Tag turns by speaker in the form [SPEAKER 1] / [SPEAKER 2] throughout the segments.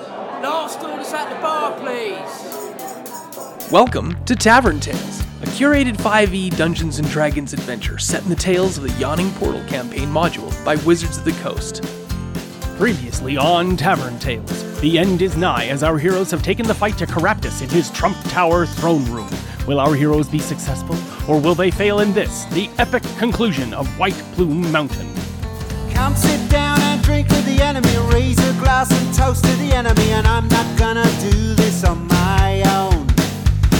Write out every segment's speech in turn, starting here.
[SPEAKER 1] Last orders at the bar, please.
[SPEAKER 2] Welcome to Tavern Tales, a curated 5e Dungeons and Dragons adventure set in the tales of the Yawning Portal campaign module by Wizards of the Coast.
[SPEAKER 3] Previously on Tavern Tales, the end is nigh as our heroes have taken the fight to Caraptus in his Trump Tower throne room. Will our heroes be successful, or will they fail in this, the epic conclusion of White Plume Mountain?
[SPEAKER 4] Come sit down and drink with the enemy. Raise a glass and toast to the enemy. And I'm not gonna do this on my own.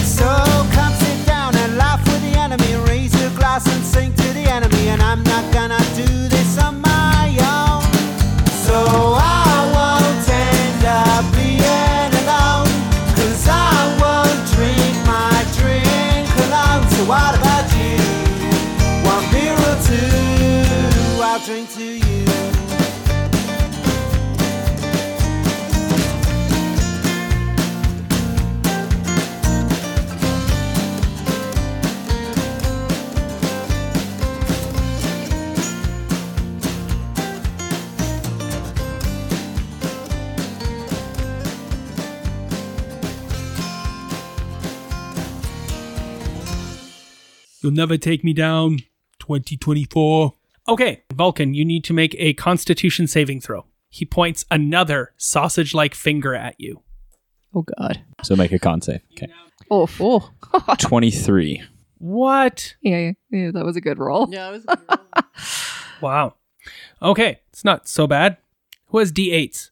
[SPEAKER 4] So come sit down and laugh with the enemy. Raise a glass and sing to the enemy. And I'm not gonna do this on my own. So I won't end up being alone. Cause I won't drink my drink alone. So what about you? One beer or two, I'll drink to you.
[SPEAKER 5] You'll never take me down. 2024.
[SPEAKER 3] Okay, Vulcan, you need to make a Constitution saving throw. He points another sausage like finger at you.
[SPEAKER 6] Oh God.
[SPEAKER 7] So make a con save. Okay.
[SPEAKER 6] Oh, four.
[SPEAKER 7] 23.
[SPEAKER 3] What?
[SPEAKER 6] yeah, yeah, yeah, that was a good roll.
[SPEAKER 1] Yeah, I was.
[SPEAKER 3] Wow. Okay, it's not so bad. Who has D8s?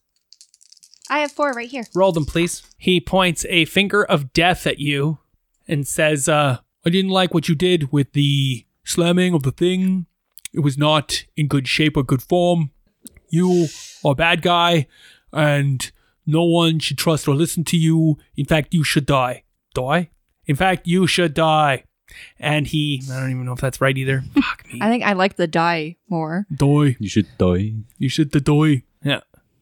[SPEAKER 8] I have four right here.
[SPEAKER 3] Roll them, please. He points a finger of death at you and says, uh,
[SPEAKER 5] I didn't like what you did with the slamming of the thing. It was not in good shape or good form. You are a bad guy, and no one should trust or listen to you. In fact, you should die.
[SPEAKER 3] Die? In fact, you should die. And he, I don't even know if that's right either. Fuck me.
[SPEAKER 6] I think I like the die more.
[SPEAKER 5] Die.
[SPEAKER 7] You should die.
[SPEAKER 5] You should die.
[SPEAKER 3] Yeah.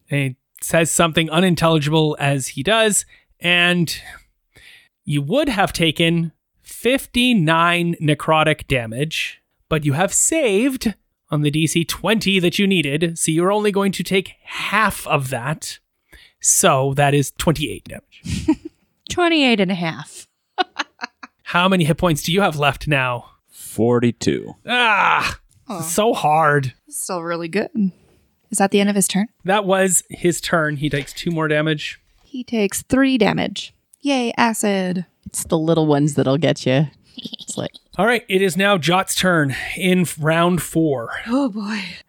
[SPEAKER 3] And he says something unintelligible as he does. And you would have taken 59 necrotic damage, but you have saved on the DC 20 that you needed. So you're only going to take half of that. So that is 28 damage.
[SPEAKER 6] 28 and a half.
[SPEAKER 3] How many hit points do you have left now?
[SPEAKER 7] 42.
[SPEAKER 3] Ah, so hard.
[SPEAKER 6] Still really good. Is that the end of his turn?
[SPEAKER 3] That was his turn. He takes two more damage.
[SPEAKER 6] He takes three damage. Yay, acid.
[SPEAKER 9] It's the little ones that'll get you. It's like,
[SPEAKER 3] All right, it is now Jot's turn in round four.
[SPEAKER 6] Oh boy.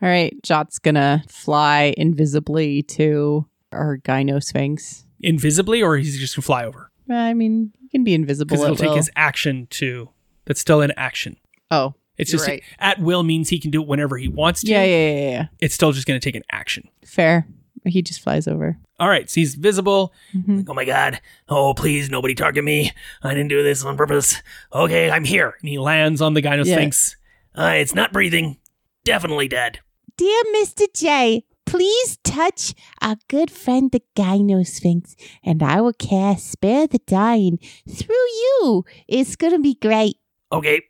[SPEAKER 9] all right, Jot's gonna fly invisibly to our Gynosphinx.
[SPEAKER 3] Invisibly, or he's just gonna fly over
[SPEAKER 9] I mean, he can be invisible.
[SPEAKER 3] because it'll
[SPEAKER 9] at
[SPEAKER 3] take
[SPEAKER 9] will.
[SPEAKER 3] his action to. That's still an action.
[SPEAKER 9] Oh,
[SPEAKER 3] It's
[SPEAKER 6] You're
[SPEAKER 3] just
[SPEAKER 6] right.
[SPEAKER 3] at will means he can do it whenever he wants to.
[SPEAKER 9] yeah, yeah, yeah, yeah.
[SPEAKER 3] It's still just gonna take an action.
[SPEAKER 9] Fair. He just flies over. Mm-hmm.
[SPEAKER 3] All right, so he's visible. Like, oh my god! Oh please, nobody target me! I didn't do this on purpose. Okay, I'm here. And he lands on the gynosphinx.
[SPEAKER 9] Yeah.
[SPEAKER 3] thinks Uh, it's not breathing. Definitely dead.
[SPEAKER 10] Dear Mr. J, please touch our good friend the Gyno Sphinx, and I will cast Spare the Dying through you. It's going to be great.
[SPEAKER 3] Okay,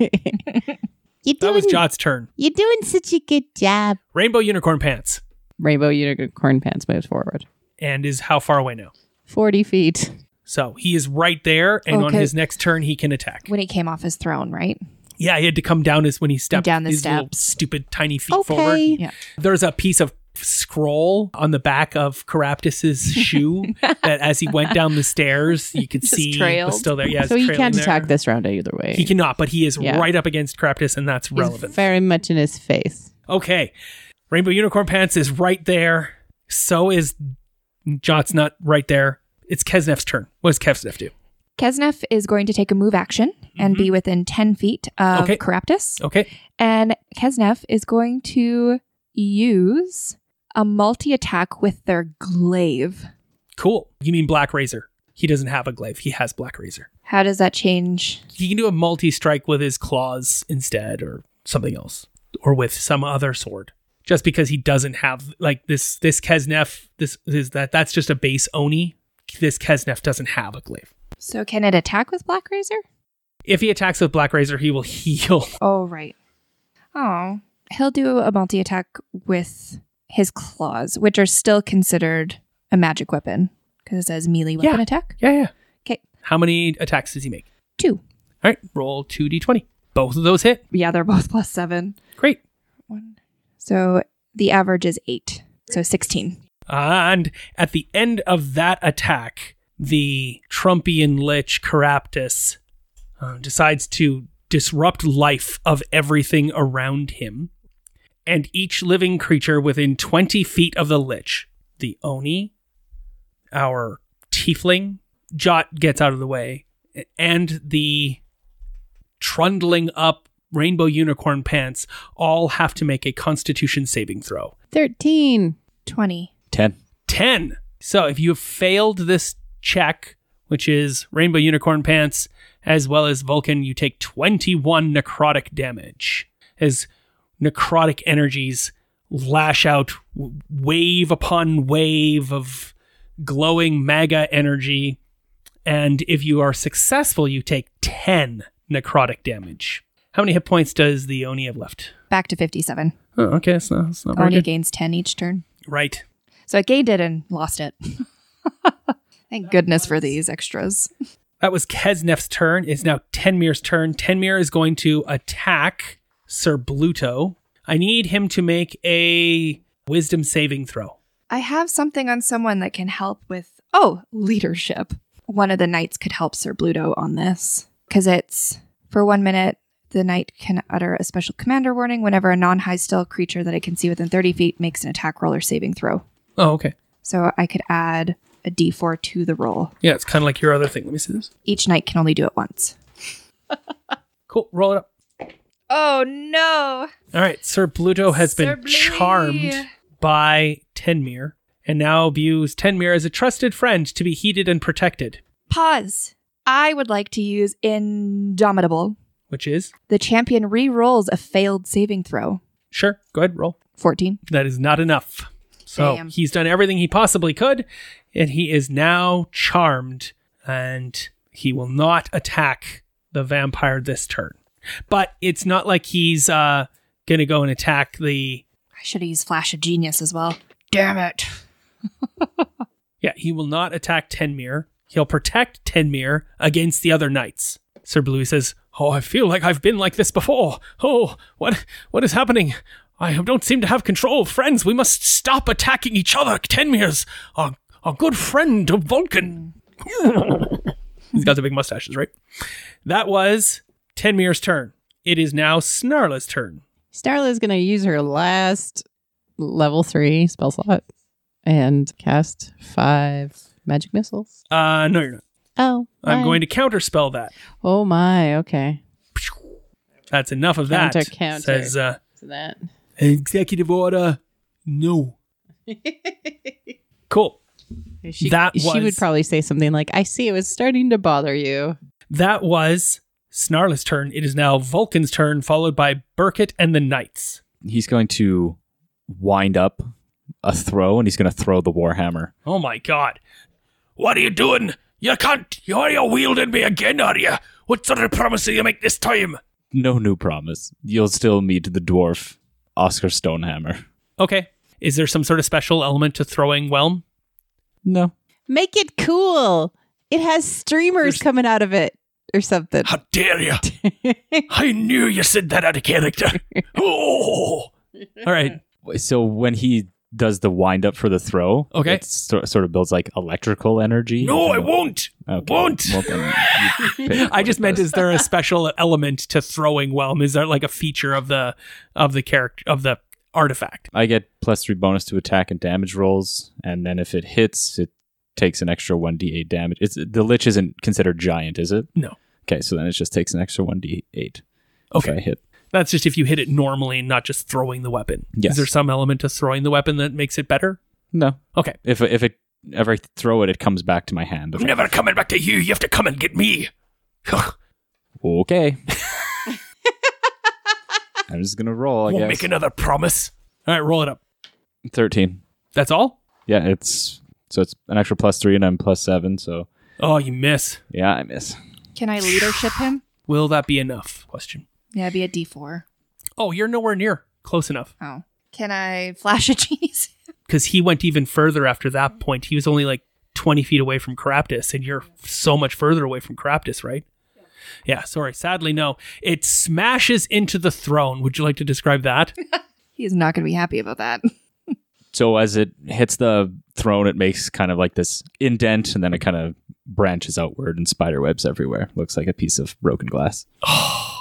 [SPEAKER 10] You're
[SPEAKER 3] that
[SPEAKER 10] doing,
[SPEAKER 3] was Jot's turn.
[SPEAKER 10] you're doing such a good job.
[SPEAKER 3] Rainbow unicorn pants,
[SPEAKER 9] Rainbow unicorn pants moves forward.
[SPEAKER 3] and is how far away now?
[SPEAKER 9] 40 feet.
[SPEAKER 3] So he is right there, and on
[SPEAKER 6] Okay.
[SPEAKER 3] his next turn he can attack.
[SPEAKER 6] When he came off his throne, right?
[SPEAKER 3] Yeah, he had to come down his when he stepped
[SPEAKER 6] Down the
[SPEAKER 3] his little
[SPEAKER 6] steps.
[SPEAKER 3] stupid tiny feet forward.
[SPEAKER 7] Okay.
[SPEAKER 6] Yeah.
[SPEAKER 3] There's a piece of scroll on the back of Caraptus's shoe that, as he went down the stairs, you could
[SPEAKER 6] Just
[SPEAKER 3] see
[SPEAKER 6] trailed.
[SPEAKER 3] was still there. Yeah,
[SPEAKER 9] so
[SPEAKER 3] it's
[SPEAKER 9] he
[SPEAKER 3] trailing
[SPEAKER 9] can't
[SPEAKER 3] there.
[SPEAKER 9] attack this round either way.
[SPEAKER 3] He cannot, but he is
[SPEAKER 9] Yeah.
[SPEAKER 3] right up against Caraptus, and that's
[SPEAKER 9] He's
[SPEAKER 3] relevant.
[SPEAKER 9] very much in his face.
[SPEAKER 3] Okay, Rainbow Unicorn Pants is right there. So is Jot's not right there. It's Kesnef's turn. What does Kesnef do?
[SPEAKER 6] Kesnef is going to take a move action and be within 10 feet of
[SPEAKER 3] Mm-hmm. Okay.
[SPEAKER 6] Caraptus.
[SPEAKER 3] Okay,
[SPEAKER 6] And Kesnef is going to use a multi attack with their glaive.
[SPEAKER 3] cool. You mean Black Razor? He doesn't have a glaive. He has Black Razor.
[SPEAKER 6] How does that change?
[SPEAKER 3] he can do a multi strike with his claws instead or something else or with some other sword just because he doesn't have like this this kesnef this is that that's just a base oni this kesnef doesn't have a glaive
[SPEAKER 6] So, can it attack with Black Razor?
[SPEAKER 3] if he attacks with black razor he will heal
[SPEAKER 6] Oh, right. Oh. He'll do a multi attack with his claws, which are still considered a magic weapon because it says melee weapon
[SPEAKER 3] Yeah.
[SPEAKER 6] attack.
[SPEAKER 3] Yeah, yeah.
[SPEAKER 6] 'Kay.
[SPEAKER 3] How many attacks does he make?
[SPEAKER 6] Two.
[SPEAKER 3] All right, roll 2d20. Both of those hit.
[SPEAKER 6] Yeah, they're both plus seven.
[SPEAKER 3] Great.
[SPEAKER 6] One. So the average is eight. So 16.
[SPEAKER 3] And at the end of that attack, the Trumpian Lich Caraptus uh, decides to disrupt life of everything around him. And each living creature within 20 feet of the Lich, the Oni, our Tiefling, Jot gets out of the way, and the trundling up rainbow unicorn pants all have to make a constitution saving throw.
[SPEAKER 9] 13.
[SPEAKER 6] 20.
[SPEAKER 7] 10.
[SPEAKER 3] 10. So if you have failed this check, which is Rainbow Unicorn Pants as well as Vulcan, you take 21 necrotic damage as necrotic energies lash out w- wave upon wave of glowing maga energy. And if you are successful, you take 10 necrotic damage. How many hit points does the Oni have left?
[SPEAKER 6] Back to 57.
[SPEAKER 3] Oh, okay, that's not, that's not very
[SPEAKER 6] Oni
[SPEAKER 3] good.
[SPEAKER 6] gains 10 each turn.
[SPEAKER 3] Right.
[SPEAKER 6] So I gained it and lost it. Thank goodness for these extras.
[SPEAKER 3] That was Kesnef's turn. It's now Tenmir's turn. Tenmir is going to attack Sir Bluto. I need him to make a wisdom saving throw.
[SPEAKER 6] I have something on someone that can help with, oh, leadership. One of the knights could help Sir Bluto on this because it's for one minute, the knight can utter a special commander warning whenever a non high still creature that it can see within 30 feet makes an attack roll or saving throw.
[SPEAKER 3] Oh, okay.
[SPEAKER 6] So I could add a d4 to the roll.
[SPEAKER 3] Yeah, it's kind of like your other thing. Let me see this.
[SPEAKER 6] Each knight can only do it once.
[SPEAKER 3] Cool. Roll it up.
[SPEAKER 6] Oh no!
[SPEAKER 3] All right. Sir Bluto has
[SPEAKER 6] Sir
[SPEAKER 3] been
[SPEAKER 6] Bluey.
[SPEAKER 3] charmed by Tenmir and now views Tenmir as a trusted friend to be heeded and protected,
[SPEAKER 6] Pause. I would like to use Indomitable.
[SPEAKER 3] which is
[SPEAKER 6] The champion re rolls a failed saving throw.
[SPEAKER 3] sure. Go ahead, roll.
[SPEAKER 6] 14.
[SPEAKER 3] That is not enough. So
[SPEAKER 6] Damn.
[SPEAKER 3] he's done everything he possibly could, and he is now charmed, and he will not attack the vampire this turn. But it's not like he's uh, gonna go and attack the.
[SPEAKER 6] I should have used Flash of Genius as well. Damn it.
[SPEAKER 3] Yeah, he will not attack Tenmir. He'll protect Tenmir against the other knights. Sir Bluey says, "Oh, I feel like I've been like this before. Oh, what what is happening? I don't seem to have control. Friends, we must stop attacking each other. Tenmir's our our good friend of Vulcan." He's got the big mustaches, right? That was Tenmir's turn. It is now Snarla's turn.
[SPEAKER 9] Starla is going to use her last level three spell slot and cast five magic missiles.
[SPEAKER 3] Uh, no, you're not.
[SPEAKER 9] Oh.
[SPEAKER 3] I'm
[SPEAKER 9] my.
[SPEAKER 3] going to counterspell that.
[SPEAKER 9] Oh, my. Okay.
[SPEAKER 3] That's enough of that.
[SPEAKER 9] Counter, counter.
[SPEAKER 3] Says uh,
[SPEAKER 9] So that.
[SPEAKER 5] Executive order. No.
[SPEAKER 3] cool.
[SPEAKER 9] She,
[SPEAKER 3] That
[SPEAKER 9] she would
[SPEAKER 3] was-
[SPEAKER 9] probably say something like, I see it was starting to bother you.
[SPEAKER 3] That was Snarla's turn. It is now Vulcan's turn, followed by Burkett and the Knights.
[SPEAKER 7] He's going to wind up a throw and he's going to throw the warhammer.
[SPEAKER 3] Oh my god. What are you doing? You can't. You are you wielding me again, are you? What sort of promise do you make this time?
[SPEAKER 7] No new promise. You'll still meet the dwarf Oscar Stonehammer.
[SPEAKER 3] Okay. Is there some sort of special element to throwing whelm?
[SPEAKER 7] No.
[SPEAKER 9] Make it cool. It has streamers coming out of it or something.
[SPEAKER 5] How dare you? I knew you said that out of character. Oh.
[SPEAKER 3] All right.
[SPEAKER 7] So when he does the wind up for the throw,
[SPEAKER 3] Okay.
[SPEAKER 7] it sor- sort of builds like electrical energy.
[SPEAKER 5] No,
[SPEAKER 7] If
[SPEAKER 5] I
[SPEAKER 7] you-
[SPEAKER 5] won't.
[SPEAKER 7] Okay.
[SPEAKER 5] Won't.
[SPEAKER 7] Well, then you pay for
[SPEAKER 3] I just
[SPEAKER 7] it,
[SPEAKER 3] meant
[SPEAKER 7] but-
[SPEAKER 3] is there a special element to throwing whelm? Is there like a feature of the of the character of the artifact?
[SPEAKER 7] I get plus three bonus to attack and damage rolls, and then if it hits, it takes an extra one d eight damage. It's the lich isn't considered giant, is it?
[SPEAKER 3] No.
[SPEAKER 7] Okay, so then it just takes an extra one d eight.
[SPEAKER 3] Okay.
[SPEAKER 7] if I hit.
[SPEAKER 3] That's just if you hit it normally, not just throwing the weapon.
[SPEAKER 7] Yes.
[SPEAKER 3] Is there some element to throwing the weapon that makes it better?
[SPEAKER 7] No,
[SPEAKER 3] Okay.
[SPEAKER 7] if if it if I throw it, it comes back to my hand.
[SPEAKER 5] I'm never coming back to you. You have to come and get me.
[SPEAKER 7] Okay. I'm just gonna roll. I
[SPEAKER 5] Won't
[SPEAKER 7] guess
[SPEAKER 5] make another promise.
[SPEAKER 3] All right, roll it up.
[SPEAKER 7] thirteen.
[SPEAKER 3] That's all?
[SPEAKER 7] Yeah, it's so it's an extra plus three, and I'm plus seven. So
[SPEAKER 3] Oh, you miss.
[SPEAKER 7] yeah, I miss.
[SPEAKER 6] Can I leadership him?
[SPEAKER 3] Will that be enough? Question.
[SPEAKER 6] Yeah, it'd be a d4.
[SPEAKER 3] Oh, you're nowhere near close enough.
[SPEAKER 6] Oh. Can I flash a genius?
[SPEAKER 3] because he went even further after that point. He was only like 20 feet away from Caraptus, and you're so much further away from Caraptus, right? Yeah, sorry. Sadly, no. It smashes into the throne. Would you like to describe that?
[SPEAKER 6] He is not going to be happy about that.
[SPEAKER 7] So as it hits the throne, it makes kind of like this indent, and then it kind of branches outward and spider webs everywhere. Looks like a piece of broken glass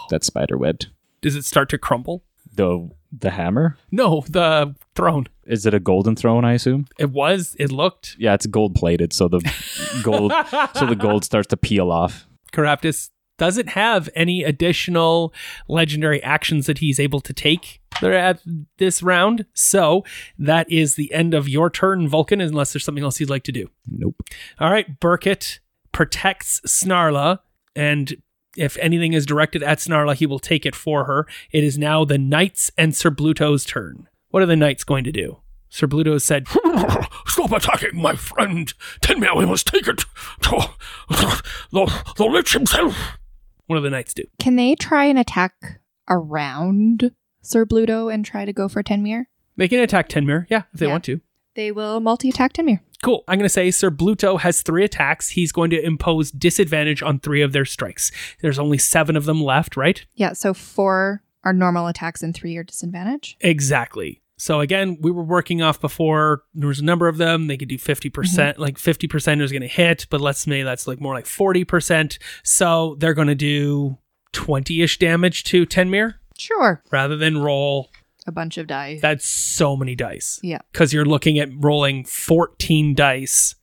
[SPEAKER 7] that's spider webbed.
[SPEAKER 3] Does it start to crumble?
[SPEAKER 7] The the hammer
[SPEAKER 3] No, the throne.
[SPEAKER 7] is it a golden throne? I assume.
[SPEAKER 3] It was, it looked.
[SPEAKER 7] Yeah, it's gold plated, so the gold so the gold starts to peel off.
[SPEAKER 3] Caraptus doesn't have any additional legendary actions that he's able to take there at this round. So that is the end of your turn, Vulcan, unless there's something else you'd like to do.
[SPEAKER 7] Nope.
[SPEAKER 3] All right, Burkett protects Snarla, and if anything is directed at Snarla, he will take it for her. It is now the Knights and Sir Bluto's turn. What are the Knights going to do? Sir Bluto said,
[SPEAKER 5] Stop attacking my friend. Tell me how he was taken to the, the lich himself.
[SPEAKER 3] What do the Knights do?
[SPEAKER 6] Can they try and attack around Sir Bluto and try to go for Tenmir?
[SPEAKER 3] They can attack Tenmir, yeah, if they
[SPEAKER 6] Yeah.
[SPEAKER 3] want to.
[SPEAKER 6] They will multi attack Tenmir.
[SPEAKER 3] Cool. I'm going to say Sir Bluto has three attacks. He's going to impose disadvantage on three of their strikes. There's only seven of them left, right?
[SPEAKER 6] Yeah, so four are normal attacks and three are disadvantage.
[SPEAKER 3] Exactly. So again, we were working off before there was a number of them. They could do 50%,
[SPEAKER 6] Mm-hmm.
[SPEAKER 3] percent like 50% is going to hit, but let's say that's like more like 40%. So they're going to do 20 ish damage to Tenmir
[SPEAKER 6] Sure.
[SPEAKER 3] rather than roll.
[SPEAKER 6] A bunch of die.
[SPEAKER 3] That's so many dice.
[SPEAKER 6] yeah.
[SPEAKER 3] because you're looking at rolling 14 dice,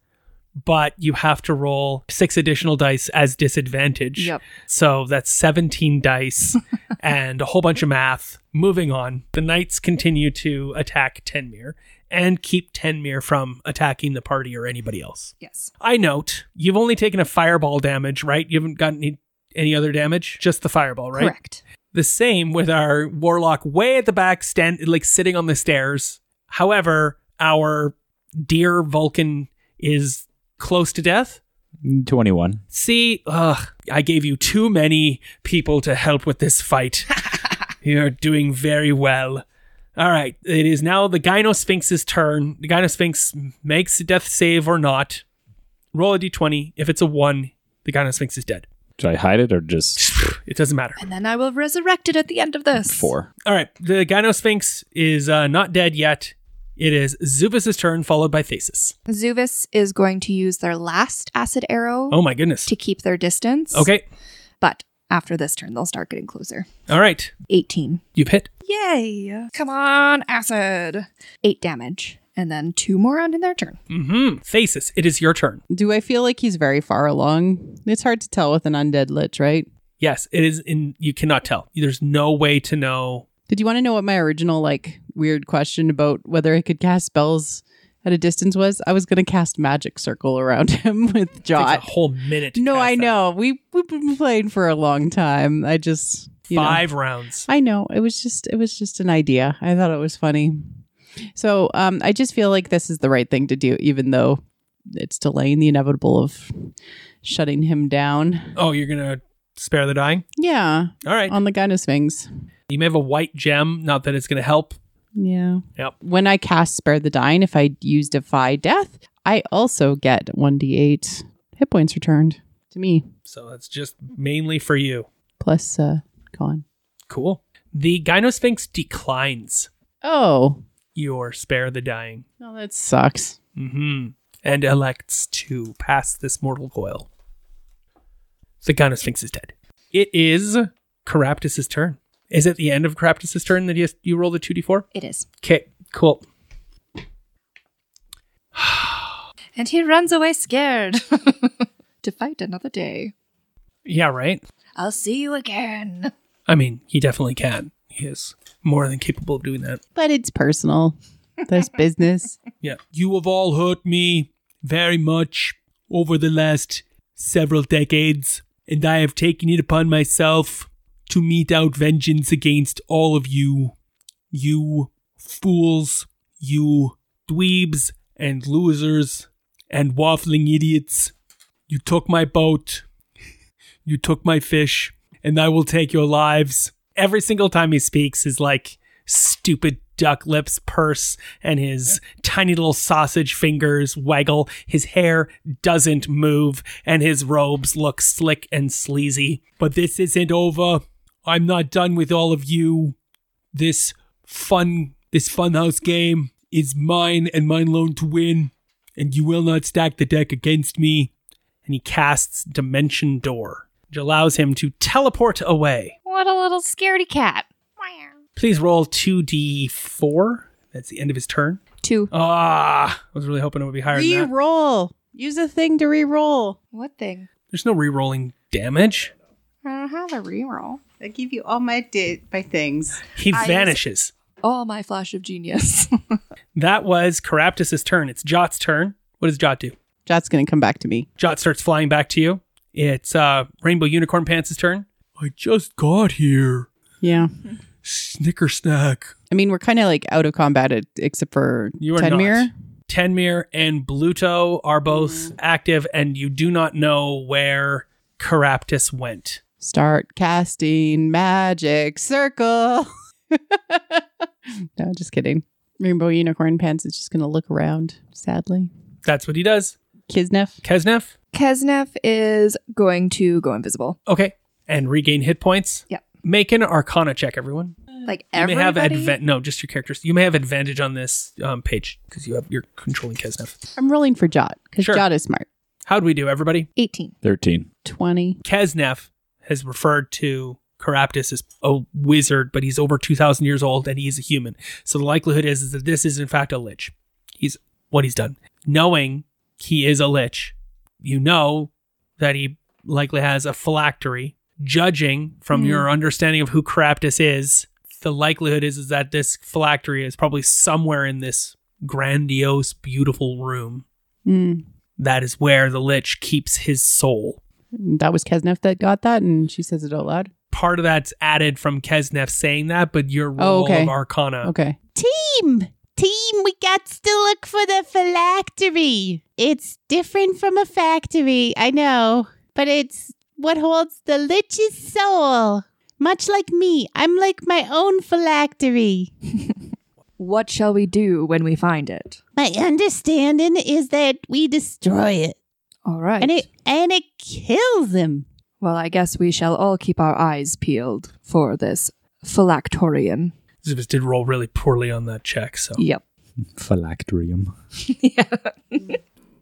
[SPEAKER 3] but you have to roll six additional dice as disadvantage.
[SPEAKER 6] Yep.
[SPEAKER 3] So that's 17 dice and a whole bunch of math. Moving on, the knights continue to attack Tenmir and keep Tenmir from attacking the party or anybody else.
[SPEAKER 6] Yes.
[SPEAKER 3] I note you've only taken a fireball damage, right? You haven't gotten any, any other damage, just the fireball, right?
[SPEAKER 6] Correct.
[SPEAKER 3] the same with our warlock way at the back stand like sitting on the stairs however our dear vulcan is close to death
[SPEAKER 7] Twenty one.
[SPEAKER 3] see ugh, i gave you too many people to help with this fight you're doing very well all right it is now the gynosphinx's turn the gynosphinx makes a death save or not roll a d20 if it's a 1 the gynosphinx is dead
[SPEAKER 7] Should I hide it or just
[SPEAKER 3] it doesn't matter
[SPEAKER 6] And then I will resurrect it at the end of this.
[SPEAKER 7] four?
[SPEAKER 3] All right, the Gynosphinx is uh, not dead yet. It is Zubas's turn, followed by Thesis.
[SPEAKER 6] Zuvis is going to use their last acid arrow
[SPEAKER 3] Oh my goodness.
[SPEAKER 6] to keep their distance.
[SPEAKER 3] Okay.
[SPEAKER 6] But after this turn, they'll start getting closer.
[SPEAKER 3] All right.
[SPEAKER 6] 18.
[SPEAKER 3] You've hit.
[SPEAKER 6] Yay! Come on, acid! Eight damage. And then two more on in their turn.
[SPEAKER 3] Mm-hmm. Thesis, it is your turn.
[SPEAKER 9] Do I feel like he's very far along? It's hard to tell with an undead lich, right?
[SPEAKER 3] Yes, it is in. You cannot tell. There's no way to know.
[SPEAKER 9] Did you want to know what my original like weird question about whether I could cast spells at a distance was? I was going to cast magic circle around him with
[SPEAKER 3] It takes a
[SPEAKER 9] Jot.
[SPEAKER 3] whole minute. to
[SPEAKER 9] No,
[SPEAKER 3] cast
[SPEAKER 9] I
[SPEAKER 3] that.
[SPEAKER 9] know. We we've been playing for a long time. I just you know.
[SPEAKER 3] Five rounds.
[SPEAKER 9] I know. It was just it was just an idea. I thought it was funny. So um I just feel like this is the right thing to do, even though it's delaying the inevitable of shutting him down.
[SPEAKER 3] Oh, you're gonna spare the dying.
[SPEAKER 9] Yeah.
[SPEAKER 3] All right.
[SPEAKER 9] On the gynosphinx.
[SPEAKER 3] you may have a white gem. Not that it's gonna help.
[SPEAKER 9] Yeah.
[SPEAKER 3] Yep.
[SPEAKER 9] When I cast Spare the Dying, if I use Defy Death, I also get 1d8 hit points returned to me,
[SPEAKER 3] So that's just mainly for you.
[SPEAKER 9] plus uh, con.
[SPEAKER 3] Cool. The Gynosphinx declines
[SPEAKER 9] Oh,
[SPEAKER 3] your spare the dying.
[SPEAKER 9] well, that sucks.
[SPEAKER 3] Mm-hmm. And elects to pass this mortal coil. The Gynosphinx is dead. It is Caraptus's turn. Is it the end of Caraptus's turn that you, you roll the 2d4?
[SPEAKER 6] It is.
[SPEAKER 3] Okay, cool.
[SPEAKER 6] And he runs away scared to fight another day.
[SPEAKER 3] Yeah, right?
[SPEAKER 6] I'll see you again.
[SPEAKER 3] I mean, he definitely can. He is more than capable of doing that.
[SPEAKER 9] But it's personal. There's business.
[SPEAKER 3] Yeah.
[SPEAKER 5] You have all hurt me very much over the last several decades, and I have taken it upon myself to mete out vengeance against all of you. You fools, you dweebs and losers and waffling idiots. You took my boat, you took my fish, and I will take your lives.
[SPEAKER 3] Every single time he speaks is like stupid duck lips purse and his tiny little sausage fingers waggle. His hair doesn't move and his robes look slick and sleazy.
[SPEAKER 5] But this isn't over. I'm not done with all of you. This fun this funhouse game is mine and mine alone to win, and you will not stack the deck against me.
[SPEAKER 3] And he casts Dimension Door, which allows him to teleport away.
[SPEAKER 8] What a little scaredy cat.
[SPEAKER 3] Please roll 2d4. That's the end of his turn.
[SPEAKER 6] Two.
[SPEAKER 3] Ah, I was really hoping it would be higher than that.
[SPEAKER 9] Reroll. Use a thing to re-roll.
[SPEAKER 6] What thing?
[SPEAKER 3] There's no re-rolling damage.
[SPEAKER 6] I don't have a reroll.
[SPEAKER 9] I give you all my di- my things.
[SPEAKER 3] He
[SPEAKER 6] I-
[SPEAKER 3] vanishes.
[SPEAKER 6] All my flash of genius.
[SPEAKER 3] That was Caraptus's turn. It's Jot's turn. What does Jot do?
[SPEAKER 9] Jot's gonna come back to me.
[SPEAKER 3] Jot starts flying back to you. It's uh, Rainbow Unicorn Pants' turn.
[SPEAKER 5] I just got here.
[SPEAKER 9] Yeah.
[SPEAKER 5] Snickersnack.
[SPEAKER 9] I mean, we're kind of like out of combat at, except for
[SPEAKER 3] You are
[SPEAKER 9] Tenmir.
[SPEAKER 3] not. Tenmir and Bluto are both active, and you do not know where Caraptus went.
[SPEAKER 9] Start casting magic circle. no, just kidding. Rainbow Unicorn Pants is just gonna look around, sadly.
[SPEAKER 3] That's what he does.
[SPEAKER 9] Kisnev.
[SPEAKER 3] Kesnev?
[SPEAKER 6] Kesnev is going to go invisible.
[SPEAKER 3] Okay. And regain hit points.
[SPEAKER 6] Yep.
[SPEAKER 3] Make an Arcana check, everyone.
[SPEAKER 6] Like
[SPEAKER 3] You may
[SPEAKER 6] everybody.
[SPEAKER 3] have advan- no, just your characters. You may have advantage on this um, page because you have you're controlling Kesnev.
[SPEAKER 9] I'm rolling for Jot because
[SPEAKER 3] Sure.
[SPEAKER 9] Jot is smart.
[SPEAKER 3] How'd we do, everybody?
[SPEAKER 6] 18.
[SPEAKER 7] 13.
[SPEAKER 9] Twenty.
[SPEAKER 3] Kesnef has referred to Caraptus as a wizard, but he's over 2,000 years old and he's a human. So the likelihood is, is that this is, in fact, a lich. He's what he's done. Knowing he is a lich, you know that he likely has a phylactery. Judging from your understanding of who Caraptus is, the likelihood is, is that this phylactery is probably somewhere in this grandiose, beautiful room.
[SPEAKER 9] Mm.
[SPEAKER 3] That is where the lich keeps his soul.
[SPEAKER 9] That was Kesnev that got that, and she says it out loud.
[SPEAKER 3] part of that's added from Kesnef saying that, but your role
[SPEAKER 9] Oh, okay.
[SPEAKER 3] of Arcana.
[SPEAKER 9] Okay.
[SPEAKER 10] Team, team, we got to look for the phylactery. It's different from a factory, I know, but it's what holds the lich's soul. Much like me, I'm like my own phylactery.
[SPEAKER 6] What shall we do when we find it?
[SPEAKER 10] My understanding is that we destroy it,
[SPEAKER 6] All right.
[SPEAKER 10] and it and it kills him.
[SPEAKER 6] well, I guess we shall all keep our eyes peeled for this phylactorian.
[SPEAKER 3] Zivas did roll really poorly on that check. So,
[SPEAKER 6] Yep.
[SPEAKER 7] Phylacterium.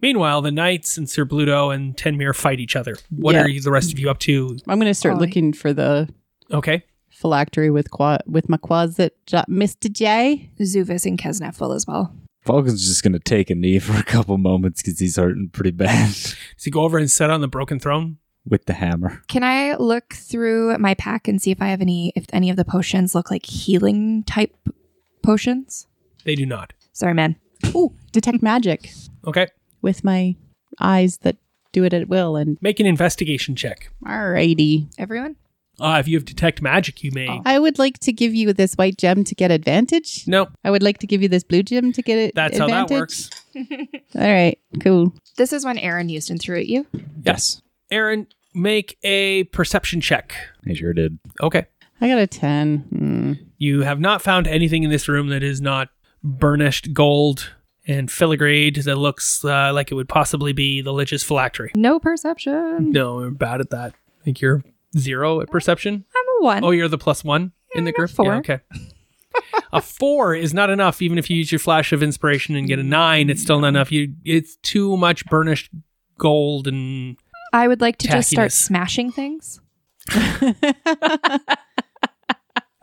[SPEAKER 3] meanwhile, the knights and Sir Bluto and Tenmir fight each other. What
[SPEAKER 9] Yeah.
[SPEAKER 3] are you, the rest of you up to?
[SPEAKER 9] I'm gonna start
[SPEAKER 6] Oi.
[SPEAKER 9] looking for the
[SPEAKER 3] Okay,
[SPEAKER 9] phylactery with qua- with my closet, Jot, Mr. J.
[SPEAKER 6] Zuvis and Kesnev will as well.
[SPEAKER 7] Falcon's just going to take a knee for a couple moments because he's hurting pretty bad
[SPEAKER 3] so you go over and sit on the broken throne.
[SPEAKER 7] with the hammer.
[SPEAKER 6] Can I look through my pack and see if I have any, if any of the potions look like healing type potions?
[SPEAKER 3] They do not.
[SPEAKER 6] Sorry, man.
[SPEAKER 9] Ooh, detect magic
[SPEAKER 3] Okay,
[SPEAKER 9] with my eyes that do it at will. And
[SPEAKER 3] make an investigation check.
[SPEAKER 9] alrighty,
[SPEAKER 6] Everyone?
[SPEAKER 3] Uh, if you have detect magic, you may.
[SPEAKER 9] I would like to give you this white gem to get advantage.
[SPEAKER 3] No,
[SPEAKER 9] I would like to give you this blue gem to get it.
[SPEAKER 3] that's how
[SPEAKER 9] advantage.
[SPEAKER 3] that works.
[SPEAKER 9] All right, cool.
[SPEAKER 6] This is when Aaron used and threw at you.
[SPEAKER 7] Yes.
[SPEAKER 3] Aaron, make a perception check.
[SPEAKER 7] I sure did.
[SPEAKER 3] Okay,
[SPEAKER 9] I got a ten. Hmm.
[SPEAKER 3] you have not found anything in this room that is not burnished gold and filigreed that looks uh, like it would possibly be the lich's phylactery.
[SPEAKER 6] No perception.
[SPEAKER 3] No, I'm bad at that. I think you're zero at perception.
[SPEAKER 6] I'm a one.
[SPEAKER 3] Oh, you're the plus one in the
[SPEAKER 6] I'm a
[SPEAKER 3] group.
[SPEAKER 6] four.
[SPEAKER 3] Yeah, okay. a four is not enough. Even if you use your flash of inspiration and get a nine, it's still not enough. You, it's too much burnished gold and
[SPEAKER 6] I would like to just start
[SPEAKER 3] Tackiness.
[SPEAKER 6] smashing things.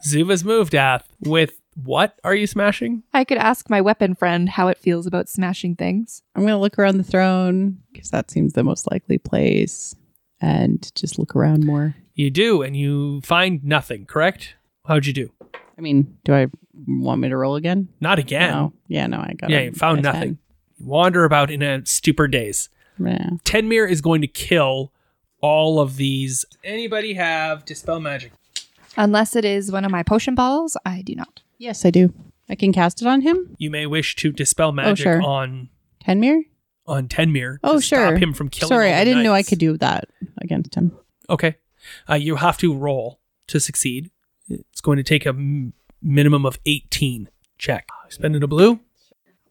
[SPEAKER 3] Zuva's move death with what are you smashing?
[SPEAKER 6] I could ask my weapon friend how it feels about smashing things.
[SPEAKER 9] I'm gonna look around the throne because that seems the most likely place, and just look around more.
[SPEAKER 3] You do, and you find nothing. Correct? How'd you do?
[SPEAKER 9] I mean, do I want me to roll again?
[SPEAKER 3] Not again.
[SPEAKER 9] No. Yeah, no, I got
[SPEAKER 3] Yeah,
[SPEAKER 9] a-
[SPEAKER 3] you found
[SPEAKER 9] a
[SPEAKER 3] nothing. You wander about in a stupor daze.
[SPEAKER 9] 10. Yeah.
[SPEAKER 3] Tenmir is going to kill all of these. Anybody have dispel magic?
[SPEAKER 6] Unless it is one of my potion balls, I do not.
[SPEAKER 9] Yes, I do. I can cast it on him?
[SPEAKER 3] You may wish to dispel magic
[SPEAKER 9] Oh, sure.
[SPEAKER 3] on
[SPEAKER 9] Tenmir?
[SPEAKER 3] on Tenmir.
[SPEAKER 9] Oh,
[SPEAKER 3] to
[SPEAKER 9] sure.
[SPEAKER 3] Stop him from killing.
[SPEAKER 9] Sorry,
[SPEAKER 3] all the
[SPEAKER 9] I didn't know I
[SPEAKER 3] knights.
[SPEAKER 9] could do that against him.
[SPEAKER 3] Okay, uh, you have to roll to succeed. It's going to take a m- minimum of 18. Check. Spending a blue.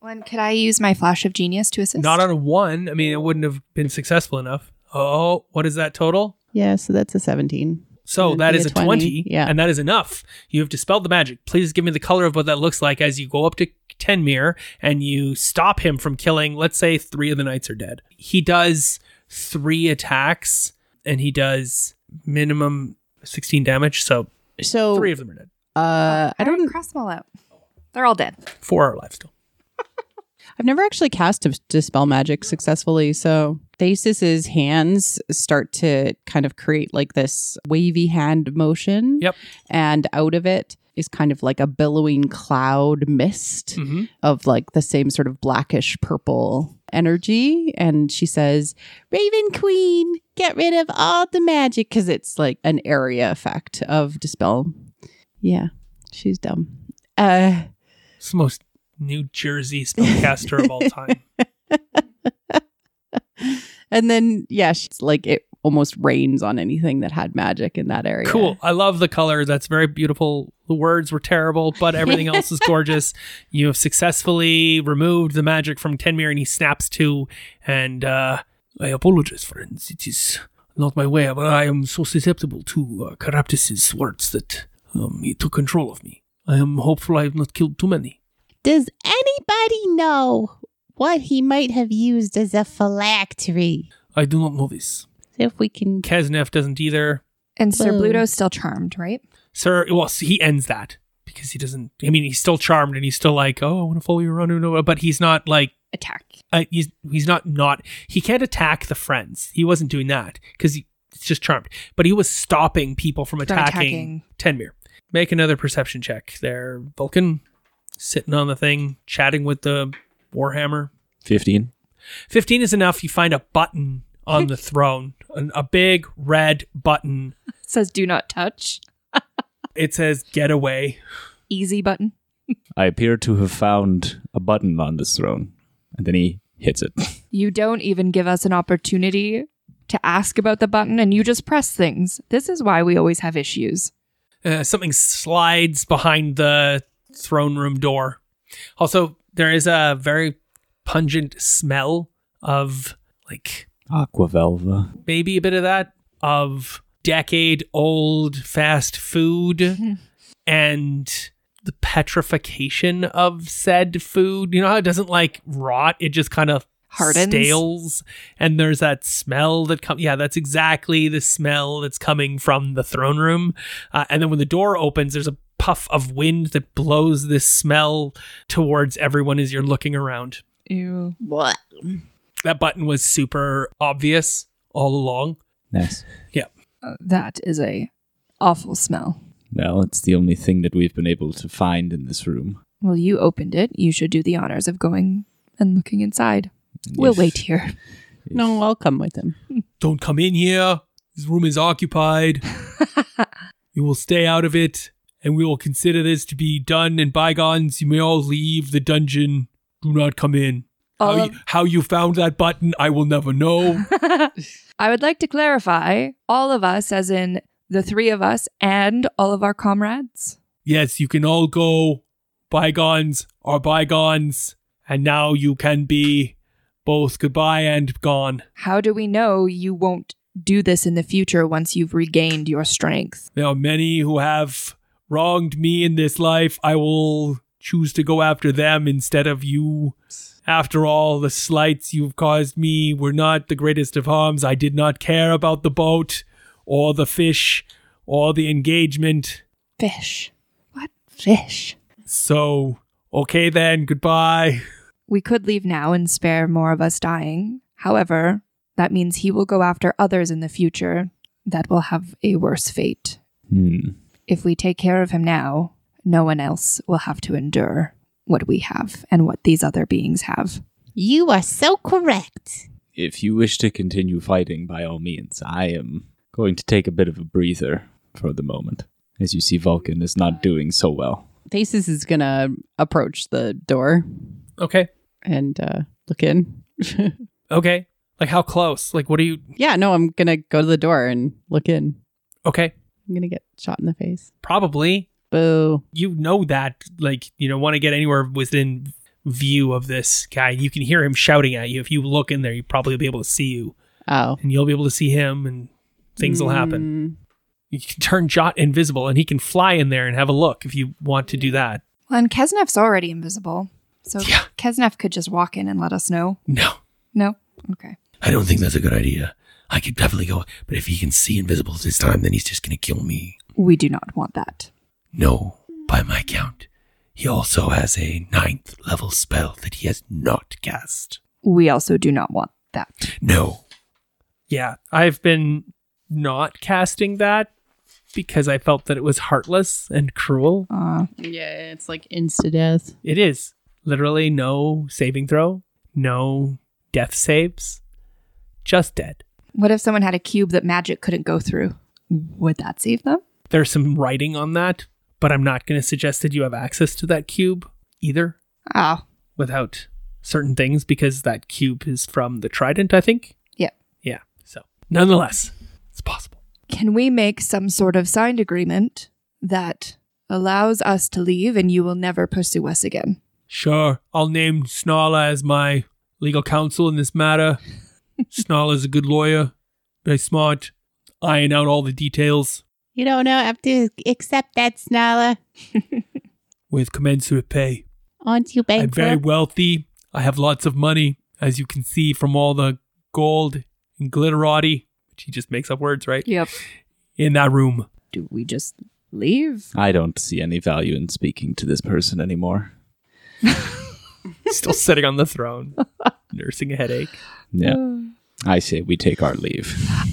[SPEAKER 6] One, could I use my flash of genius to assist?
[SPEAKER 3] Not on a one. I mean, it wouldn't have been successful enough. Oh, what is that total?
[SPEAKER 9] Yeah, so that's a 17.
[SPEAKER 3] So
[SPEAKER 9] It'd
[SPEAKER 3] that
[SPEAKER 9] be
[SPEAKER 3] is
[SPEAKER 9] a
[SPEAKER 3] a 20,
[SPEAKER 9] 20, yeah.
[SPEAKER 3] and that is enough. You have dispelled the magic. Please give me the color of what that looks like as you go up to Tenmir and you stop him from killing, let's say, three of the knights are dead. He does three attacks and he does minimum 16 damage. So
[SPEAKER 9] So
[SPEAKER 3] three of them are dead.
[SPEAKER 9] uh I don't
[SPEAKER 6] cross them all out. They're all dead.
[SPEAKER 3] Four are alive still.
[SPEAKER 9] I've never actually cast dis- dispel magic successfully, so Thasis's hands start to kind of create like this wavy hand motion.
[SPEAKER 3] Yep.
[SPEAKER 9] And out of it is kind of like a billowing cloud mist
[SPEAKER 3] Mhm.
[SPEAKER 9] of like the same sort of blackish purple energy. And she says,
[SPEAKER 10] Raven Queen,
[SPEAKER 9] get rid of all the magic because it's like an area effect of dispel. Yeah, she's dumb. Uh,
[SPEAKER 3] It's the most New Jersey spellcaster of all time.
[SPEAKER 9] and then, yeah, she's like, it almost rains on anything that had magic in that area.
[SPEAKER 3] Cool. I love the color. That's very beautiful. The words were terrible, but everything else is gorgeous. You have successfully removed the magic from Tenmir, and he snaps to. And uh, I apologize, friends. It is not my way, but I am so susceptible to uh, Caraptus's words that um, he took control of me. I am hopeful I have not killed too many.
[SPEAKER 10] does anybody know what he might have used as a phylactery?
[SPEAKER 3] I do not know this.
[SPEAKER 10] See if we can.
[SPEAKER 3] Kesnef doesn't either.
[SPEAKER 6] And Sir
[SPEAKER 10] Boom.
[SPEAKER 6] Bluto's still charmed, right?
[SPEAKER 3] Sir, well, s- he ends that because he doesn't. I mean, he's still charmed and he's still like, oh, I want to follow you around, and- but he's not like
[SPEAKER 6] Attack.
[SPEAKER 3] uh, he's he's not not he can't attack the friends. He wasn't doing that because it's just charmed. But he was stopping people from
[SPEAKER 6] From
[SPEAKER 3] attacking, Tenmir. Make another perception check there, Vulcan. Sitting on the thing, chatting with the warhammer.
[SPEAKER 7] 15.
[SPEAKER 3] Fifteen is enough. You find a button on the throne, an, a big red button.
[SPEAKER 6] Says do not touch.
[SPEAKER 3] It says "Get away."
[SPEAKER 6] Easy button.
[SPEAKER 7] I appear to have found a button on this throne. And then he hits it.
[SPEAKER 6] You don't even give us an opportunity to ask about the button and you just press things. This is why we always have issues.
[SPEAKER 3] Uh, something slides behind the throne room door. Also, there is a very pungent smell of like
[SPEAKER 7] Aquavelva.
[SPEAKER 3] maybe a bit of that of decade old fast food and the petrification of said food. You know how it doesn't like rot, it just kind of
[SPEAKER 6] Hardens.
[SPEAKER 3] stales and there's that smell that comes yeah that's exactly the smell that's coming from the throne room uh, and then when the door opens there's a puff of wind that blows this smell towards everyone as you're looking around
[SPEAKER 6] Ew.
[SPEAKER 10] What?
[SPEAKER 3] that button was super obvious all along
[SPEAKER 7] Nice.
[SPEAKER 6] Uh, that is a awful smell.
[SPEAKER 7] Well, it's the only thing that we've been able to find in this room.
[SPEAKER 6] Well, you opened it. You should do the honors of going and looking inside. We'll
[SPEAKER 7] If-
[SPEAKER 6] wait here.
[SPEAKER 7] if-
[SPEAKER 9] No, I'll come with him.
[SPEAKER 5] Don't come in here. This room is occupied. you will stay out of it, and we will consider this to be done and bygones. You may all leave the dungeon. Do not come in.
[SPEAKER 6] All
[SPEAKER 5] how,
[SPEAKER 6] of-
[SPEAKER 5] you, how you found that button, I will never know.
[SPEAKER 6] I would like to clarify all of us, as in the three of us and all of our comrades.
[SPEAKER 5] yes, you can all go. Bygones are bygones, and now you can be both goodbye and gone.
[SPEAKER 6] How do we know you won't do this in the future once you've regained your strength?
[SPEAKER 5] There are many who have wronged me in this life. I will choose to go after them instead of you. After all, the slights you've caused me were not the greatest of harms. I did not care about the boat or the fish or the engagement.
[SPEAKER 6] Fish. What fish?
[SPEAKER 5] So, okay then, goodbye.
[SPEAKER 6] We could leave now and spare more of us dying. However, that means he will go after others in the future that will have a worse fate.
[SPEAKER 7] Hmm.
[SPEAKER 6] If we take care of him now, no one else will have to endure what we have and what these other beings have.
[SPEAKER 10] You are so correct.
[SPEAKER 7] If you wish to continue fighting, by all means, I am going to take a bit of a breather for the moment. As you see, Vulcan is not doing so well.
[SPEAKER 9] Thasis is gonna approach the door
[SPEAKER 3] okay
[SPEAKER 9] and uh, look in.
[SPEAKER 3] okay like how close like what are you
[SPEAKER 9] yeah, no, I'm gonna go to the door and look in.
[SPEAKER 3] okay
[SPEAKER 9] I'm gonna get shot in the face.
[SPEAKER 3] probably
[SPEAKER 9] Boo.
[SPEAKER 3] you know that like you don't want to get anywhere within view of this guy you can hear him shouting at you if you look in there you probably will be able to see you
[SPEAKER 9] Oh.
[SPEAKER 3] and you'll be able to see him and things will happen
[SPEAKER 9] Mm.
[SPEAKER 3] you can turn jot invisible and he can fly in there and have a look if you want to do that
[SPEAKER 6] Well, and Kesnev's already invisible. So
[SPEAKER 3] Yeah.
[SPEAKER 6] Kesnev could just walk in and let us know.
[SPEAKER 2] No.
[SPEAKER 6] No? Okay.
[SPEAKER 2] I don't think that's a good idea. I could definitely go, but if he can see invisibles this time, then he's just going to kill me.
[SPEAKER 6] We do not want that.
[SPEAKER 2] No, by my count, he also has a ninth level spell that he has not cast.
[SPEAKER 6] We also do not want that.
[SPEAKER 2] No.
[SPEAKER 3] yeah i've been not casting that because i felt that it was heartless and cruel
[SPEAKER 6] Uh,
[SPEAKER 9] Yeah, it's like insta death.
[SPEAKER 3] It is literally no saving throw, no death saves, just dead.
[SPEAKER 6] what if someone had a cube that magic couldn't go through? Would that save them?
[SPEAKER 3] There's some writing on that, but I'm not going to suggest that you have access to that cube either
[SPEAKER 6] Oh,
[SPEAKER 3] without certain things because that cube is from the Trident, I think.
[SPEAKER 6] yeah.
[SPEAKER 3] Yeah. So, nonetheless, it's possible.
[SPEAKER 6] Can we make some sort of signed agreement that allows us to leave and you will never pursue us again?
[SPEAKER 5] Sure, I'll name Snarla as my legal counsel in this matter. Snarla's a good lawyer, very smart, iron out all the details
[SPEAKER 10] You don't know. I have to accept that, Snarla.
[SPEAKER 5] with commensurate pay.
[SPEAKER 10] Aren't you
[SPEAKER 5] I'm very
[SPEAKER 10] bankrupt?
[SPEAKER 5] wealthy. I have lots of money, as you can see from all the gold and glitterati, which he just makes up words, right?
[SPEAKER 6] Yep.
[SPEAKER 5] In that room.
[SPEAKER 6] Do we just leave?
[SPEAKER 7] I don't see any value in speaking to this person anymore.
[SPEAKER 3] Still sitting on the throne, nursing a headache.
[SPEAKER 7] Yeah. I say we take our leave.
[SPEAKER 6] Uh,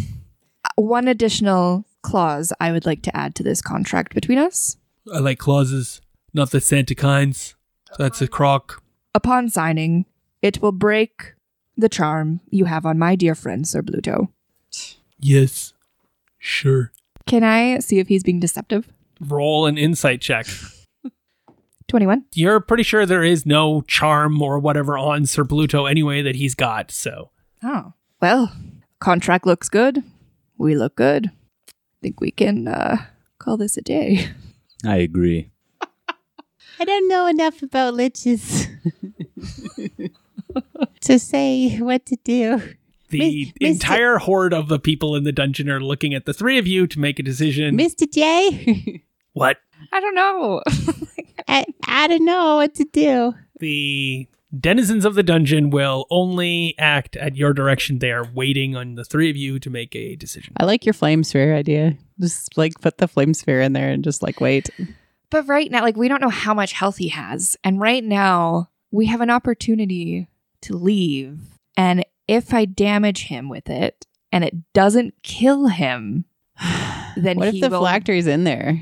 [SPEAKER 6] One additional clause I would like to add to this contract between us.
[SPEAKER 5] I like clauses, not the Santa kinds. So that's a crock.
[SPEAKER 6] Upon signing, it will break the charm you have on my dear friend, Sir Bluto.
[SPEAKER 5] Yes. Sure.
[SPEAKER 6] Can I see if he's being deceptive?
[SPEAKER 3] Roll an insight check.
[SPEAKER 6] 21.
[SPEAKER 3] You're pretty sure there is no charm or whatever on Sir Bluto anyway that he's got. So,
[SPEAKER 6] Oh. Well, contract looks good. We look good. think we can uh, call this a day.
[SPEAKER 7] I agree.
[SPEAKER 10] I don't know enough about liches to say what to do.
[SPEAKER 3] the
[SPEAKER 10] Mi- Mr.
[SPEAKER 3] entire horde of the people in the dungeon are looking at the three of you to make a decision.
[SPEAKER 10] Mr. J,
[SPEAKER 3] what
[SPEAKER 6] I don't know.
[SPEAKER 10] I, I don't know what to do.
[SPEAKER 3] the denizens of the dungeon will only act at your direction. They are waiting on the three of you to make a decision.
[SPEAKER 9] I like your flame sphere idea. Just like put the flame sphere in there and just like wait.
[SPEAKER 6] but right now, like, we don't know how much health he has. And right now, we have an opportunity to leave. And if I damage him with it and it doesn't kill him, then
[SPEAKER 9] what
[SPEAKER 6] he
[SPEAKER 9] if the
[SPEAKER 6] will-
[SPEAKER 9] phylactery's in there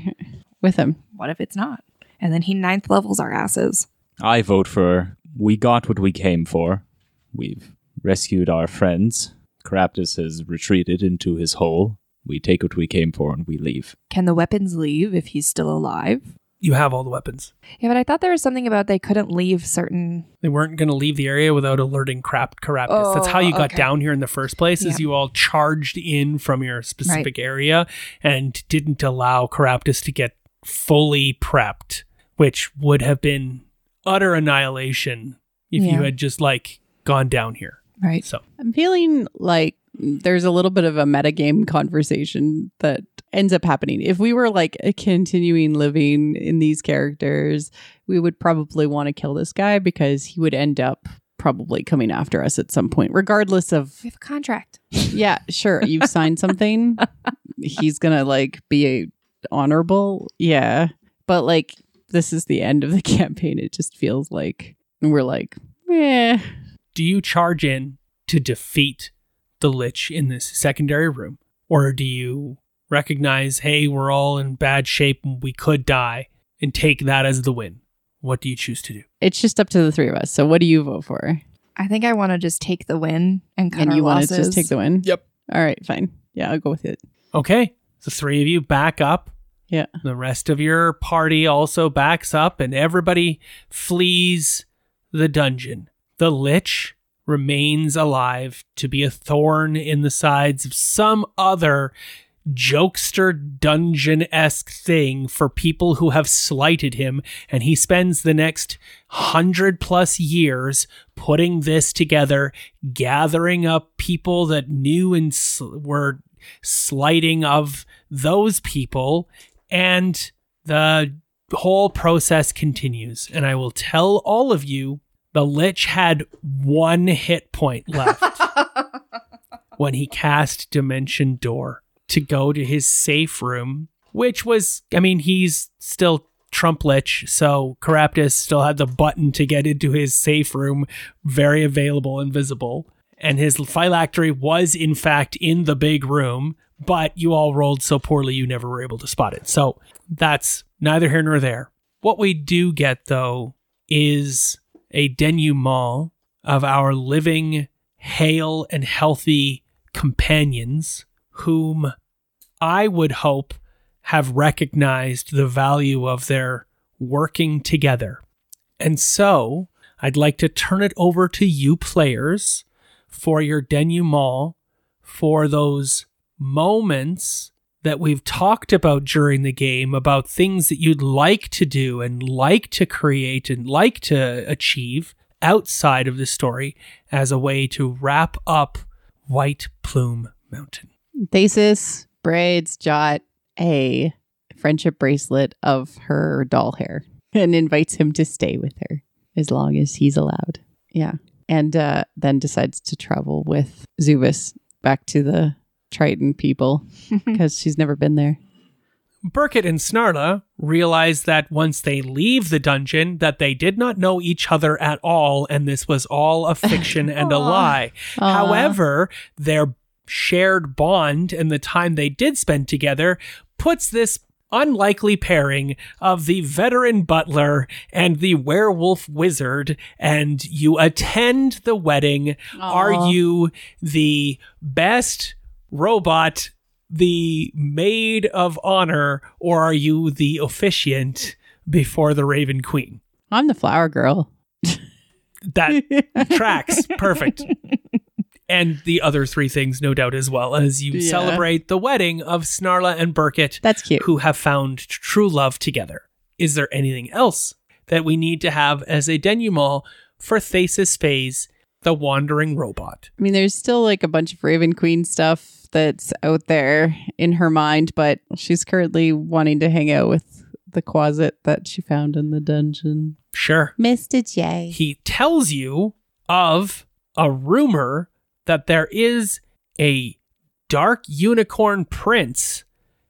[SPEAKER 9] with him?
[SPEAKER 6] what if it's not? And then he ninth levels our asses.
[SPEAKER 7] I vote for we got what we came for. We've rescued our friends. Caraptus has retreated into his hole. We take what we came for and we leave.
[SPEAKER 6] Can the weapons leave if he's still alive?
[SPEAKER 3] You have all the weapons.
[SPEAKER 6] Yeah, but I thought there was something about they couldn't leave certain.
[SPEAKER 3] They weren't going to leave the area without alerting Crap Caraptus. That's how you
[SPEAKER 6] Oh,
[SPEAKER 3] got
[SPEAKER 6] okay.
[SPEAKER 3] down here in the first place, is
[SPEAKER 6] Yeah.
[SPEAKER 3] you all charged in from your specific area and didn't allow Caraptus to get fully prepped, which would have been utter annihilation if you
[SPEAKER 6] Yeah.
[SPEAKER 3] had just like gone down here.
[SPEAKER 6] Right.
[SPEAKER 3] So
[SPEAKER 9] I'm feeling like there's a little bit of a metagame conversation that ends up happening. If we were like continuing living in these characters, we would probably want to kill this guy because he would end up probably coming after us at some point, regardless of
[SPEAKER 6] We have a contract.
[SPEAKER 9] yeah, sure, you've signed something. He's gonna like be a honorable, yeah. But like this is the end of the campaign. It just feels like and we're like, eh.
[SPEAKER 3] do you charge in to defeat the Lich in this secondary room? Or do you recognize, hey, we're all in bad shape and we could die and take that as the win? What do you choose to do?
[SPEAKER 9] It's just up to the three of us. So what do you vote for?
[SPEAKER 6] I think I want to just take the win and cut
[SPEAKER 9] and
[SPEAKER 6] our
[SPEAKER 9] you want
[SPEAKER 6] losses.
[SPEAKER 9] to just take the win?
[SPEAKER 5] Yep.
[SPEAKER 9] All right, fine. Yeah, I'll go with it.
[SPEAKER 3] Okay. The three of you back up.
[SPEAKER 9] Yeah.
[SPEAKER 3] The rest of your party also backs up and everybody flees the dungeon. The Lich remains alive to be a thorn in the sides of some other jokester dungeon esque thing for people who have slighted him, and he spends the next hundred plus years putting this together, gathering up people that knew and sl- were slighting of those people, and the whole process continues. And I will tell all of you the Lich had one hit point left when he cast Dimension Door to go to his safe room, which was, I mean, he's still Trump Lich, so Caraptus still had the button to get into his safe room, very available and visible. And his phylactery was, in fact, in the big room, but you all rolled so poorly you never were able to spot it. So that's neither here nor there. What we do get, though, is a denouement of our living, hale, and healthy companions, whom I would hope have recognized the value of their working together. And so I'd like to turn it over to you players for your denouement for those moments that we've talked about during the game about things that you'd like to do and like to create and like to achieve outside of the story as a way to wrap up White Plume Mountain.
[SPEAKER 9] Thesis braids Jot a friendship bracelet of her doll hair and invites him to stay with her as long as he's allowed. Yeah. And uh, then decides to travel with Zubus back to the Triton people because she's never been there.
[SPEAKER 3] Burkett and Snarla realize that once they leave the dungeon that they did not know each other at all and this was all a fiction and a
[SPEAKER 9] Aw.
[SPEAKER 3] lie.
[SPEAKER 9] Aw.
[SPEAKER 3] However, their shared bond and the time they did spend together puts this unlikely pairing of the veteran butler and the werewolf wizard and you attend the wedding are you the best robot the maid of honor or are you the officiant before the raven queen
[SPEAKER 9] I'm the flower girl.
[SPEAKER 3] that tracks perfect and the other three things no doubt as well as you
[SPEAKER 9] Yeah.
[SPEAKER 3] celebrate the wedding of snarla and burkett
[SPEAKER 9] That's cute.
[SPEAKER 3] who have found t- true love together is there anything else that we need to have as a denouement for thesis phase the wandering robot
[SPEAKER 9] I mean, there's still like a bunch of Raven Queen stuff that's out there in her mind, but she's currently wanting to hang out with the closet that she found in the dungeon.
[SPEAKER 3] sure
[SPEAKER 10] Mr. J.
[SPEAKER 3] he tells you of a rumor that there is a dark unicorn prince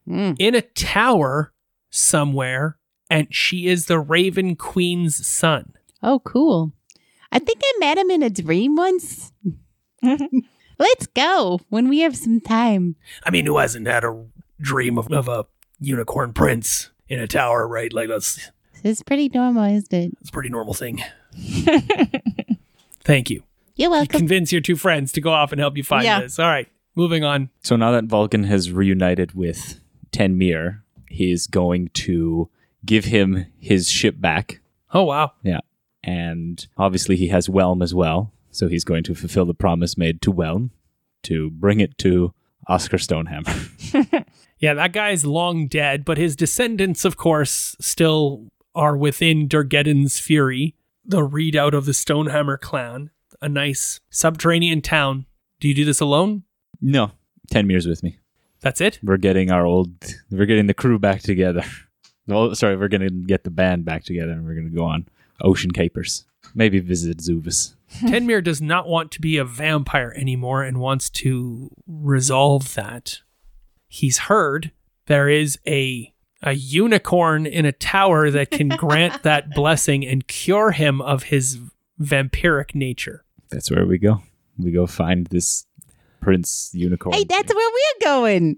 [SPEAKER 9] Mm.
[SPEAKER 3] in a tower somewhere, and she is the Raven Queen's son.
[SPEAKER 9] Oh, cool.
[SPEAKER 10] I think I met him in a dream once. Let's go when we have some time.
[SPEAKER 2] I mean, who hasn't had a dream of, of a unicorn prince in a tower, right? Like that's
[SPEAKER 10] This is pretty normal, isn't it?
[SPEAKER 2] that's a pretty normal thing.
[SPEAKER 3] Thank you.
[SPEAKER 10] You're
[SPEAKER 3] You
[SPEAKER 10] welcome.
[SPEAKER 3] convince your two friends to go off and help you find
[SPEAKER 9] Yeah.
[SPEAKER 3] this. All right, moving on.
[SPEAKER 7] So now that Vulcan has reunited with Tenmir, he's going to give him his ship back.
[SPEAKER 3] Oh, wow.
[SPEAKER 7] And obviously, he has Whelm as well. So he's going to fulfill the promise made to Whelm to bring it to Oscar Stonehammer.
[SPEAKER 3] Yeah, that guy's long dead, but his descendants, of course, still are within Durgedon's fury. The readout of the Stonehammer clan, a nice subterranean town. Do you do this alone?
[SPEAKER 7] no, Tenmir's with me.
[SPEAKER 3] That's it?
[SPEAKER 7] We're getting our old, we're getting the crew back together. Well, sorry, we're going to get the band back together and we're going to go on ocean capers. Maybe visit Zubus.
[SPEAKER 3] Tenmir does not want to be a vampire anymore and wants to resolve that. He's heard there is a a unicorn in a tower that can grant that blessing and cure him of his vampiric nature.
[SPEAKER 7] That's where we go. We go find this prince unicorn.
[SPEAKER 10] Hey, that's where we're going.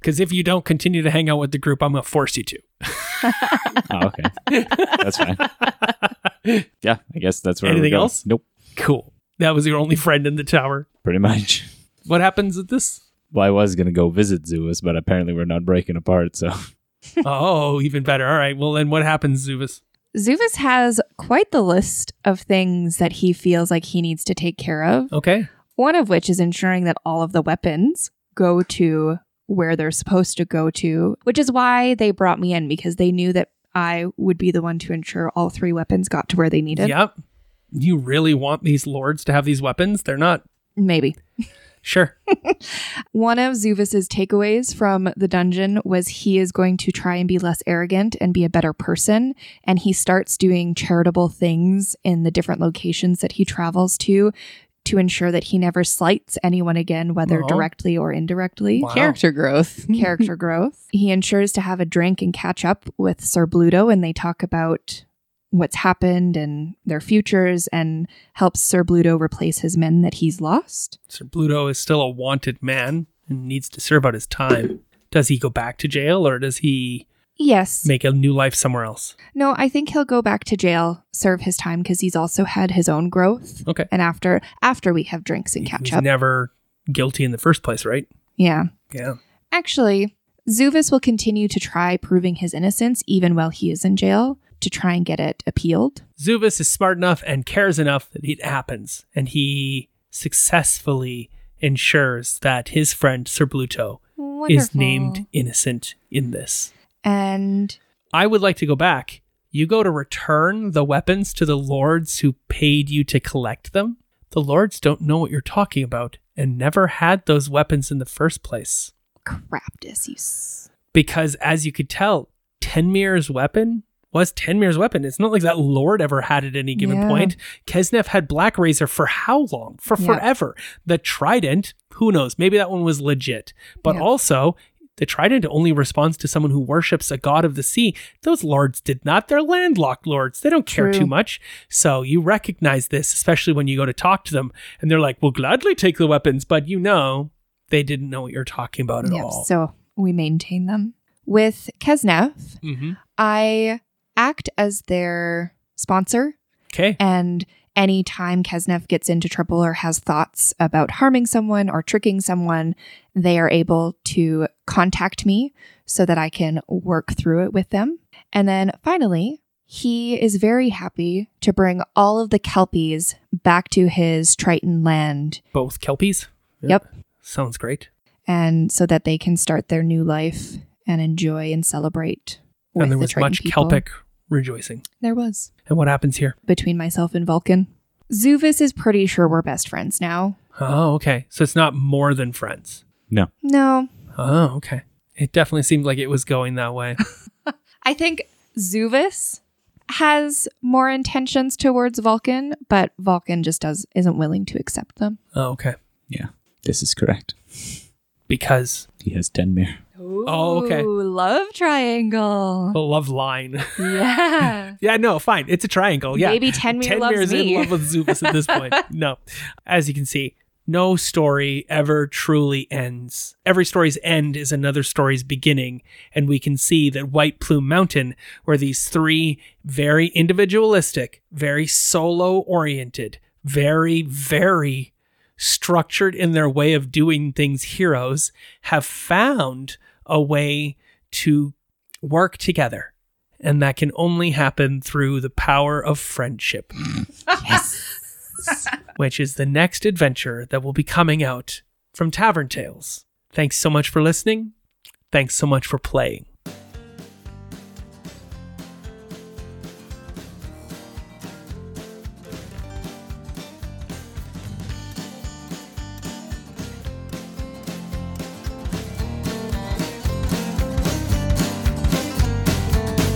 [SPEAKER 3] Because if you don't continue to hang out with the group, I'm going to force you to.
[SPEAKER 7] Oh, okay. that's fine. Yeah, I guess that's where.
[SPEAKER 3] Anything
[SPEAKER 7] we're going.
[SPEAKER 3] else?
[SPEAKER 7] Nope.
[SPEAKER 3] Cool. That was your only friend in the tower.
[SPEAKER 7] Pretty much.
[SPEAKER 3] What happens at this?
[SPEAKER 7] Well, I was gonna go visit Zeus, but apparently we're not breaking apart. So
[SPEAKER 3] oh, even better. All right. Well, then what happens, Zubus?
[SPEAKER 6] Zuvis has quite the list of things that he feels like he needs to take care of.
[SPEAKER 3] Okay.
[SPEAKER 6] One of which is ensuring that all of the weapons go to where they're supposed to go to, which is why they brought me in because they knew that I would be the one to ensure all three weapons got to where they needed.
[SPEAKER 3] Yep. You really want these lords to have these weapons? They're not.
[SPEAKER 6] Maybe.
[SPEAKER 3] Sure.
[SPEAKER 6] One of Zuvis's takeaways from the dungeon was he is going to try and be less arrogant and be a better person. And he starts doing charitable things in the different locations that he travels to to ensure that he never slights anyone again, whether
[SPEAKER 3] Oh.
[SPEAKER 6] directly or indirectly.
[SPEAKER 3] Wow.
[SPEAKER 9] Character growth.
[SPEAKER 6] Character growth. He ensures to have a drink and catch up with Sir Bluto, and they talk about what's happened and their futures and helps Sir Bluto replace his men that he's lost.
[SPEAKER 3] Sir Bluto is still a wanted man and needs to serve out his time. Does he go back to jail or does he
[SPEAKER 6] Yes.
[SPEAKER 3] make a new life somewhere else?
[SPEAKER 6] No, I think he'll go back to jail, serve his time because he's also had his own growth.
[SPEAKER 3] Okay.
[SPEAKER 6] And after after we have drinks and
[SPEAKER 3] He
[SPEAKER 6] catch
[SPEAKER 3] was
[SPEAKER 6] up.
[SPEAKER 3] never guilty in the first place, right?
[SPEAKER 6] yeah.
[SPEAKER 3] Yeah.
[SPEAKER 6] Actually, Zuvis will continue to try proving his innocence even while he is in jail to try and get it appealed.
[SPEAKER 3] Zuvis is smart enough and cares enough that it happens, and he successfully ensures that his friend Sir Bluto is named innocent in this.
[SPEAKER 6] and
[SPEAKER 3] I would like to go back. You go to return the weapons to the lords who paid you to collect them. The lords don't know what you're talking about and never had those weapons in the first place.
[SPEAKER 6] Craptus, you s-
[SPEAKER 3] Because as you could tell, Tenmir's weapon was Tenmir's weapon. It's not like that lord ever had at any given
[SPEAKER 6] Yeah.
[SPEAKER 3] point. Kesnev had Black Razor for how long? For
[SPEAKER 6] Yeah.
[SPEAKER 3] forever. The Trident, who knows? Maybe that one was legit. But
[SPEAKER 6] Yeah.
[SPEAKER 3] also, the Trident only responds to someone who worships a god of the sea. Those lords did not. They're landlocked lords. They don't care
[SPEAKER 6] True.
[SPEAKER 3] too much. So you recognize this, especially when you go to talk to them and they're like, we'll gladly take the weapons. But you know, they didn't know what you're talking about at
[SPEAKER 6] Yep,
[SPEAKER 3] all.
[SPEAKER 6] so we maintain them. With Kesnev,
[SPEAKER 3] mm-hmm.
[SPEAKER 6] I act as their sponsor
[SPEAKER 3] Okay.
[SPEAKER 6] And anytime Kesnev gets into trouble or has thoughts about harming someone or tricking someone, they are able to contact me so that I can work through it with them. And then finally, he is very happy to bring all of the Kelpies back to his Triton land.
[SPEAKER 3] Both Kelpies.
[SPEAKER 6] Yep.
[SPEAKER 3] Sounds great.
[SPEAKER 6] And so that they can start their new life and enjoy and celebrate. With
[SPEAKER 3] and there
[SPEAKER 6] the
[SPEAKER 3] was
[SPEAKER 6] Triton
[SPEAKER 3] much
[SPEAKER 6] people.
[SPEAKER 3] Celtic rejoicing.
[SPEAKER 6] There was.
[SPEAKER 3] And what happens here?
[SPEAKER 6] Between myself and Vulcan. Zuvis is pretty sure we're best friends now.
[SPEAKER 3] Oh, okay. So it's not more than friends.
[SPEAKER 6] No,
[SPEAKER 3] Oh, okay. It definitely seemed like it was going that way.
[SPEAKER 6] I think Zuvis has more intentions towards Vulcan, but Vulcan just does isn't willing to accept them.
[SPEAKER 3] Oh, okay.
[SPEAKER 7] This is correct.
[SPEAKER 3] Because
[SPEAKER 7] He has Denmere.
[SPEAKER 3] Oh, okay.
[SPEAKER 6] Ooh, Love triangle.
[SPEAKER 3] the love line.
[SPEAKER 6] Yeah.
[SPEAKER 3] yeah, no, fine. It's a triangle. Oh. Yeah.
[SPEAKER 6] Maybe Tenmir
[SPEAKER 3] Tenmir
[SPEAKER 6] loves
[SPEAKER 3] is
[SPEAKER 6] me.
[SPEAKER 3] in love with Zubas at this point. No. As you can see, no story ever truly ends. Every story's end is another story's beginning. And we can see that White Plume Mountain were these three very individualistic, very solo oriented, very, very structured in their way of doing things heroes have found a way to work together. And that can only happen through the power of friendship. which is the next adventure that will be coming out from Tavern Tales. Thanks so much for listening. Thanks so much for playing.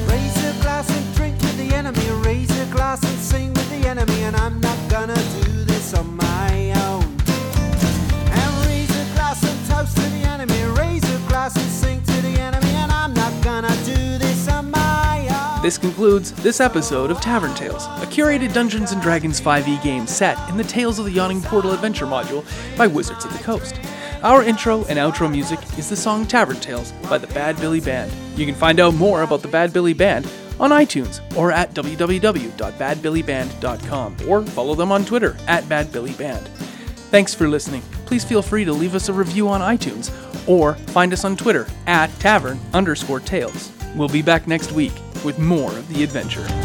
[SPEAKER 4] Raise a glass and drink with the enemy. Raise a glass and sing with the enemy. And I'm not gonna do this on my own. And raise a glass and toast to the enemy. Raise a glass and sing to the enemy. And I'm not gonna do this on my own.
[SPEAKER 2] This concludes this episode of Tavern Tales, a curated Dungeons and Dragons 5e game set in the Tales of the Yawning Portal adventure module by Wizards of the Coast. Our intro and outro music is the song Tavern Tales by the Bad Billy Band. You can find out more about the Bad Billy Band on iTunes or at www.badbillyband.com or follow them on Twitter at badbillyband. Thanks for listening. Please feel free to leave us a review on iTunes or find us on Twitter at tavern underscore tales. We'll be back next week with more of the adventure.